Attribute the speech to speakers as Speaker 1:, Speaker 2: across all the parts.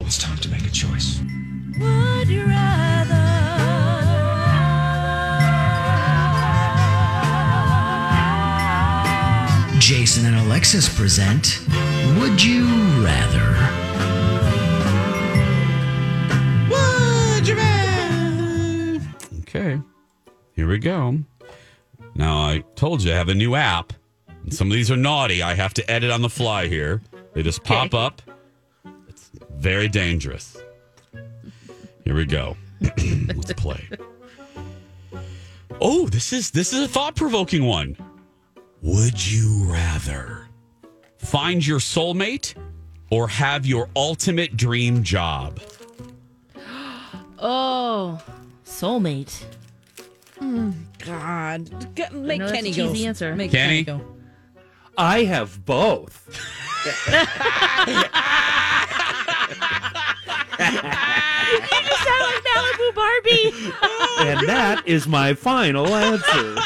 Speaker 1: It's time to make a choice.
Speaker 2: Would you rather?
Speaker 3: Jason and Alexis present Would You Rather?
Speaker 4: Okay. Here we go. Now, I told you I have a new app. And some of these are naughty. I have to edit on the fly here. They just pop up. It's very dangerous. Here we go. Let's play. Oh, this is this is a thought-provoking one. Would you rather find your soulmate or have your ultimate dream job?
Speaker 2: Oh, soulmate.
Speaker 5: Hmm, God, G-
Speaker 2: I
Speaker 5: make
Speaker 2: know that's
Speaker 5: Kenny
Speaker 2: a
Speaker 5: go.
Speaker 2: cheesy answer.
Speaker 5: Make
Speaker 4: Kenny?
Speaker 5: go.
Speaker 6: I have both.
Speaker 2: You sound like Malibu Barbie.
Speaker 6: And that is my final answer.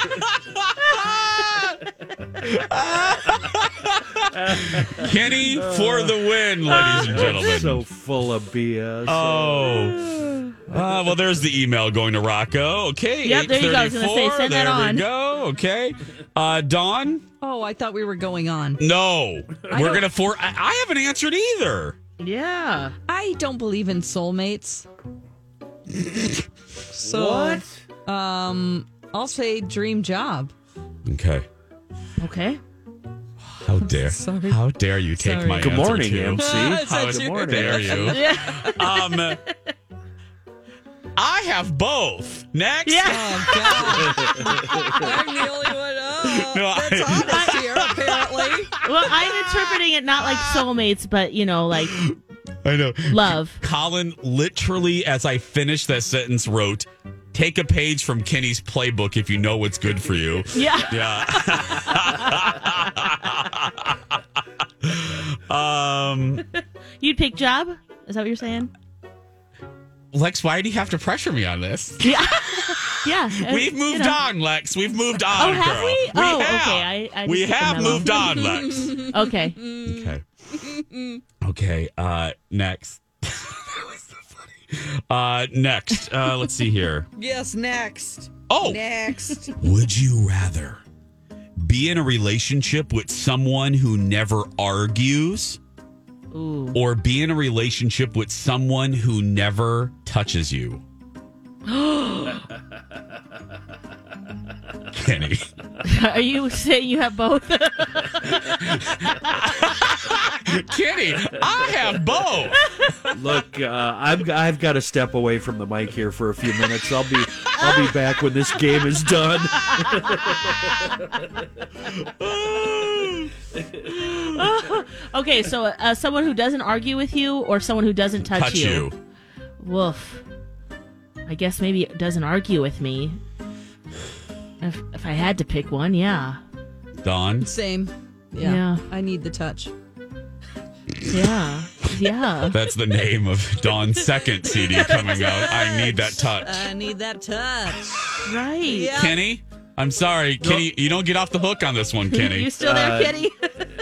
Speaker 4: Kenny for the win, ladies and gentlemen.
Speaker 6: so full of BS.
Speaker 4: Oh. Ah, well, there's the email going to Rocco. Okay.
Speaker 2: Yep, there you go. I was gonna say,
Speaker 4: 8:34.
Speaker 2: send that
Speaker 4: There
Speaker 2: on.
Speaker 4: we go. Okay. Uh, Dawn?
Speaker 5: Oh, I thought we were going on.
Speaker 4: No. We're going to for. I, I haven't answered either.
Speaker 7: Yeah.
Speaker 5: I don't believe in soulmates. so Um, I'll say dream job.
Speaker 4: Okay.
Speaker 2: Okay.
Speaker 4: How dare.
Speaker 5: sorry.
Speaker 4: How dare you take
Speaker 5: Sorry.
Speaker 4: my
Speaker 6: Good
Speaker 4: answer,
Speaker 6: morning,
Speaker 4: too.
Speaker 6: MC.
Speaker 5: Ah,
Speaker 4: How
Speaker 5: it's
Speaker 6: actually-
Speaker 4: dare you? um, I have both. Next.
Speaker 2: Yeah.
Speaker 5: Oh God! I'm the only one. Oh,
Speaker 4: No, I-
Speaker 5: that's honest here, apparently.
Speaker 2: Well, I'm interpreting it not like soulmates, but, you know, like
Speaker 4: I know.
Speaker 2: love.
Speaker 4: Colin literally, as I finished that sentence, wrote, "Take a page from Kenny's playbook if you know what's good for you."
Speaker 2: Yeah.
Speaker 4: Yeah. um,
Speaker 2: You'd pick job? Is that what you're saying?
Speaker 4: Lex, why do you have to pressure me on this?
Speaker 2: Yeah. yeah.
Speaker 4: We've
Speaker 2: Uh, You
Speaker 4: moved
Speaker 2: know.
Speaker 4: on, Lex. We've moved on.
Speaker 2: Oh, have
Speaker 4: girl.
Speaker 2: we? Oh,
Speaker 4: have.
Speaker 2: okay. I- I
Speaker 4: we
Speaker 2: didn't get the
Speaker 4: have
Speaker 2: memo.
Speaker 4: moved on, Lex.
Speaker 2: Okay.
Speaker 4: Okay. okay. Uh, next. that was so funny. Uh, next. Uh, let's see here.
Speaker 5: Yes, next.
Speaker 4: Oh,
Speaker 5: Next.
Speaker 4: would you rather be in a relationship with someone who never argues
Speaker 2: Ooh.
Speaker 4: or be in a relationship with someone who never touches you? Kenny.
Speaker 2: Are you saying you have both?
Speaker 4: Kenny, I have both.
Speaker 6: Look, uh, I'm, I've got to step away from the mic here for a few minutes. I'll be I'll be back when this game is done.
Speaker 2: okay, so uh, someone who doesn't argue with you or someone who doesn't touch,
Speaker 4: Touch you.
Speaker 2: Woof. I guess maybe it doesn't argue with me. If, if I had to pick one, yeah.
Speaker 4: Don.
Speaker 5: Same.
Speaker 2: Yeah.
Speaker 5: yeah. I need the touch.
Speaker 2: Yeah. Yeah.
Speaker 4: That's the name of Don's second CD coming out. I need that touch.
Speaker 2: Uh,
Speaker 5: I need that touch.
Speaker 2: right.
Speaker 5: Yeah.
Speaker 4: Kenny, I'm sorry. Kenny, you don't get off the hook on this one, Kenny.
Speaker 2: You still there,
Speaker 6: Uh,
Speaker 2: Kitty?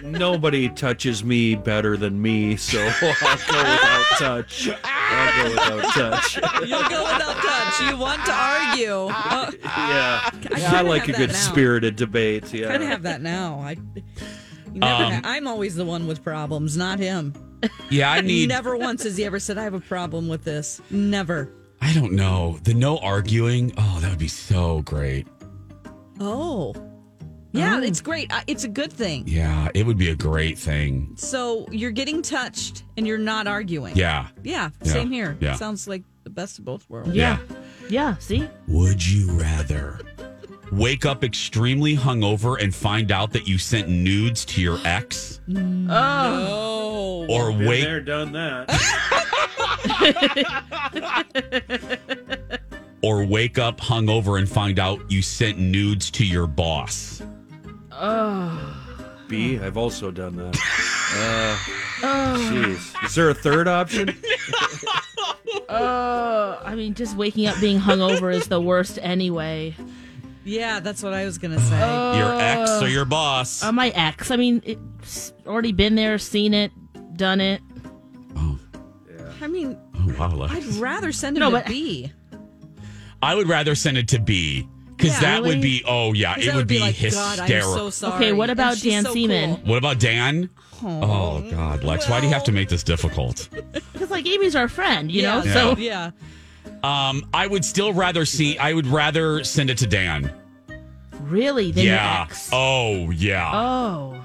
Speaker 6: Nobody touches me better than me, so I'll go without touch. I'll go without touch.
Speaker 5: You'll go without touch. You want to argue. Oh,
Speaker 6: Yeah,
Speaker 5: kinda
Speaker 6: I, like
Speaker 5: have
Speaker 6: a
Speaker 5: that
Speaker 6: good
Speaker 5: now.
Speaker 6: spirited debate.
Speaker 5: I
Speaker 6: Yeah.
Speaker 5: could have that now. I. you Never
Speaker 4: Um,
Speaker 5: ha- I'm always the one with problems, not him.
Speaker 4: Yeah, I need.
Speaker 8: Never once has he ever said, I have a problem with this. Never.
Speaker 4: I don't know. The no arguing. Oh, that would be so great.
Speaker 8: Oh. Yeah,
Speaker 2: Oh.
Speaker 8: it's great. I- It's a good thing.
Speaker 4: Yeah, it would be a great thing.
Speaker 8: So you're getting touched and you're not arguing.
Speaker 4: Yeah.
Speaker 8: Yeah,
Speaker 4: Yeah.
Speaker 8: same here.
Speaker 4: Yeah.
Speaker 8: Sounds like the best of both worlds.
Speaker 4: Yeah.
Speaker 2: Yeah, see?
Speaker 4: Would you rather wake up extremely hungover and find out that you sent nudes to your ex,
Speaker 8: Oh.
Speaker 4: or
Speaker 6: Been
Speaker 4: wake
Speaker 6: there, done that.
Speaker 4: or wake up hungover and find out you sent nudes to your boss?
Speaker 6: B, I've also done that. Uh, Jeez, is there a third option?
Speaker 2: Uh, I mean, just waking up being hungover is the worst anyway.
Speaker 8: Yeah, that's what I was going to say.
Speaker 2: Oh.
Speaker 4: your ex
Speaker 8: Oh.
Speaker 4: or your boss?
Speaker 8: Um,
Speaker 2: Uh, my ex. I mean, it's already been there, seen it, done it.
Speaker 4: oh,
Speaker 8: I mean,
Speaker 4: oh, wow,
Speaker 8: I'd
Speaker 4: Lex.
Speaker 8: rather send him
Speaker 2: No,
Speaker 8: to
Speaker 2: but-
Speaker 8: B.
Speaker 4: I would rather send it to B because
Speaker 8: Yeah,
Speaker 4: that would
Speaker 2: really?
Speaker 4: be oh yeah,
Speaker 8: 'Cause
Speaker 4: it
Speaker 8: that
Speaker 4: would, be,
Speaker 8: like, God, I'm
Speaker 4: hysterical.
Speaker 8: so sorry.
Speaker 2: Okay, what
Speaker 8: And
Speaker 2: about
Speaker 8: she's
Speaker 2: Dan
Speaker 8: so
Speaker 2: Seaman?
Speaker 8: cool.
Speaker 4: what about Dan? Oh, God, Lex, why do you have to make this difficult?
Speaker 2: Because, like, Amy's our friend, you know?
Speaker 8: Yeah,
Speaker 2: So,
Speaker 8: yeah.
Speaker 4: Um, I would still rather see. I would rather send it to Dan.
Speaker 2: really? Then your
Speaker 4: yeah.
Speaker 2: ex.
Speaker 4: Oh yeah.
Speaker 2: Oh.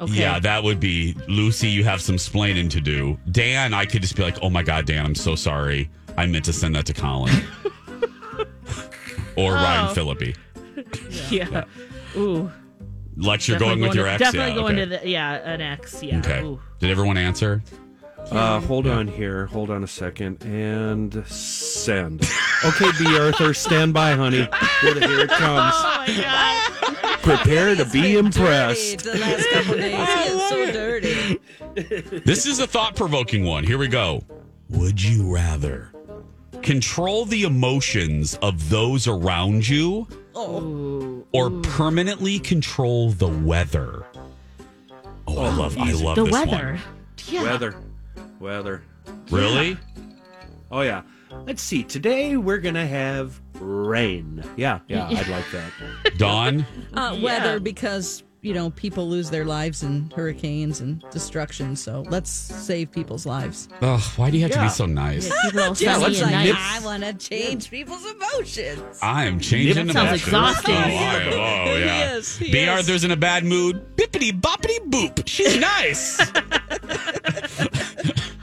Speaker 2: Okay.
Speaker 4: Yeah, that would be Lucy. You have some splaining to do. Dan, I could just be like, "Oh my God, Dan, I'm so sorry. I meant to send that to Colin or
Speaker 2: Oh.
Speaker 4: Ryan Philippi."
Speaker 2: yeah. Ooh.
Speaker 4: Lex, you're
Speaker 2: definitely
Speaker 4: going with your
Speaker 2: to-
Speaker 4: ex.
Speaker 2: Definitely
Speaker 4: yeah,
Speaker 2: going
Speaker 4: okay.
Speaker 2: to the, yeah, an ex. Yeah.
Speaker 4: Okay.
Speaker 2: Ooh.
Speaker 4: Did everyone answer?
Speaker 6: Uh, hold on here. Hold on a second. And send. Okay, B. Arthur, stand by, honey. Here, here it comes.
Speaker 2: Oh, my God.
Speaker 6: Prepare to be
Speaker 8: Dirty
Speaker 6: impressed.
Speaker 8: the last couple days. He is so dirty.
Speaker 4: This is a thought provoking one. Here we go. Would you rather control the emotions of those around you
Speaker 2: Oh.
Speaker 4: or permanently control the weather? Oh, I love I love
Speaker 2: the
Speaker 4: this
Speaker 2: weather. Yeah.
Speaker 6: Weather. Weather.
Speaker 4: one. Really?
Speaker 6: Oh, yeah. Let's see. Today we're going to have rain. Yeah, yeah, I'd like that.
Speaker 4: Dawn?
Speaker 8: Uh, Weather because you know people lose their lives in hurricanes and destruction. So let's save people's lives.
Speaker 4: Ugh, why do you have to
Speaker 6: Yeah.
Speaker 4: be so nice?
Speaker 2: People all
Speaker 8: Just
Speaker 2: sunny
Speaker 8: like,
Speaker 2: and nice.
Speaker 8: I want to change people's emotions.
Speaker 4: I am changing the
Speaker 2: That
Speaker 4: emotions.
Speaker 2: sounds exhausting.
Speaker 4: Oh, I am. Oh,
Speaker 8: He
Speaker 4: yeah.
Speaker 8: is, he
Speaker 4: B.
Speaker 8: is.
Speaker 4: Arthur's in a bad mood. Bippity boppity boop. She's nice.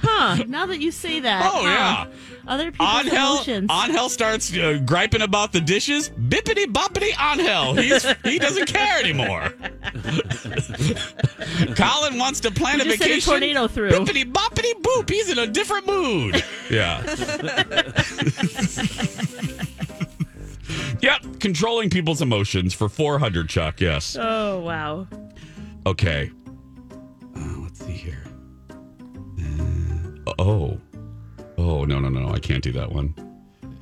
Speaker 2: Huh. Now that you say that.
Speaker 4: Oh,
Speaker 2: huh.
Speaker 4: yeah.
Speaker 2: Other people's
Speaker 4: Angel,
Speaker 2: emotions.
Speaker 4: Angel starts uh, griping about the dishes. Bippity boppity Angel. He's, he doesn't care anymore. Colin wants to plan
Speaker 2: You
Speaker 4: a
Speaker 2: just sent a
Speaker 4: vacation.
Speaker 2: tornado through.
Speaker 4: Bippity boppity boop. He's in a different mood. Yeah. yep. Controlling people's emotions for 400, Chuck. Yes.
Speaker 2: Oh, wow.
Speaker 4: Okay. Uh, let's see here. Uh, oh. Oh, no, no, no. I can't do that one.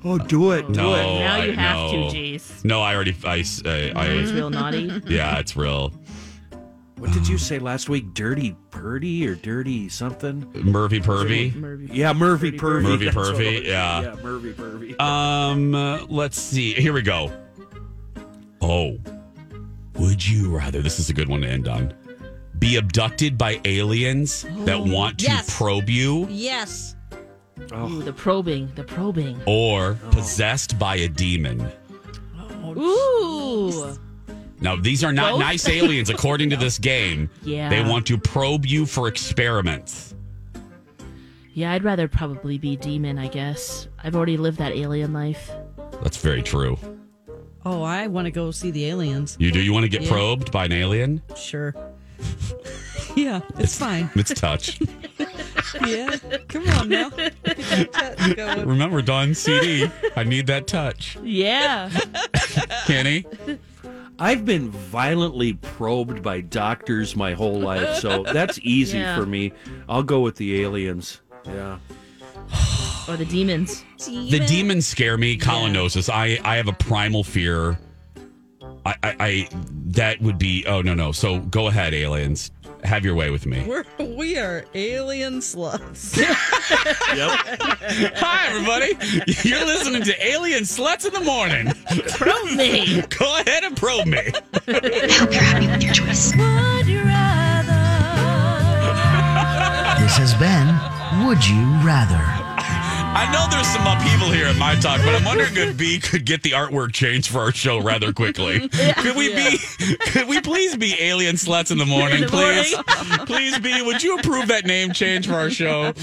Speaker 6: Oh, do it.
Speaker 4: No,
Speaker 2: now
Speaker 4: I, Mm-hmm.
Speaker 2: you have
Speaker 4: no.
Speaker 2: to, jeez.
Speaker 4: No, I already. I. s- I- I-
Speaker 2: It's real naughty.
Speaker 4: yeah, it's real.
Speaker 6: What did you say last week? Dirty Purdy or dirty something?
Speaker 4: Murphy pervy.
Speaker 6: Yeah, Murphy Purvy.
Speaker 4: Murphy
Speaker 6: that's what
Speaker 4: Purvy,
Speaker 6: it was.
Speaker 4: yeah.
Speaker 6: Yeah, Murphy Purvy.
Speaker 4: Um, uh, let's see. Here we go. Oh, would you rather? This is a good one to end on. Be abducted by aliens that want to
Speaker 8: yes.
Speaker 4: probe you,
Speaker 8: Yes.
Speaker 2: Ooh, the probing, the probing.
Speaker 4: or possessed by a demon. Oh,
Speaker 2: Ooh.
Speaker 4: Now, these are not
Speaker 2: Both?
Speaker 4: nice aliens, according to this game.
Speaker 2: Yeah.
Speaker 4: They want to probe you for experiments.
Speaker 2: Yeah, I'd rather probably be demon, I guess. I've already lived that alien life.
Speaker 4: That's very true.
Speaker 8: Oh, I want to go see the aliens.
Speaker 4: You do. You want to get probed by an alien?
Speaker 8: Sure. yeah, it's fine.
Speaker 4: It's touch.
Speaker 8: Yeah, come on now. Go
Speaker 4: Remember, Don CD. I need that touch.
Speaker 2: Yeah.
Speaker 4: Kenny.
Speaker 6: I've been violently probed by doctors my whole life, so that's easy
Speaker 2: Yeah.
Speaker 6: for me. I'll go with the aliens. Yeah.
Speaker 2: or the demons.
Speaker 4: The demons scare me. Colin knows this. I, I have a primal fear. I, I, I that would be oh no no. So go ahead, aliens. Have your way with me.
Speaker 8: We're, we are alien sluts.
Speaker 4: Hi everybody. You're listening to Alien Sluts in the Morning.
Speaker 2: Probe me.
Speaker 4: Go ahead and probe me.
Speaker 9: hope you're happy with your choice.
Speaker 3: This has been Would you rather?
Speaker 4: I know there's some upheaval here at my talk, but I'm wondering if B could get the artwork changed for our show rather quickly. could we be? Could we please be alien sluts in the morning,
Speaker 2: In the
Speaker 4: please? please be. Would you approve that name change for our show?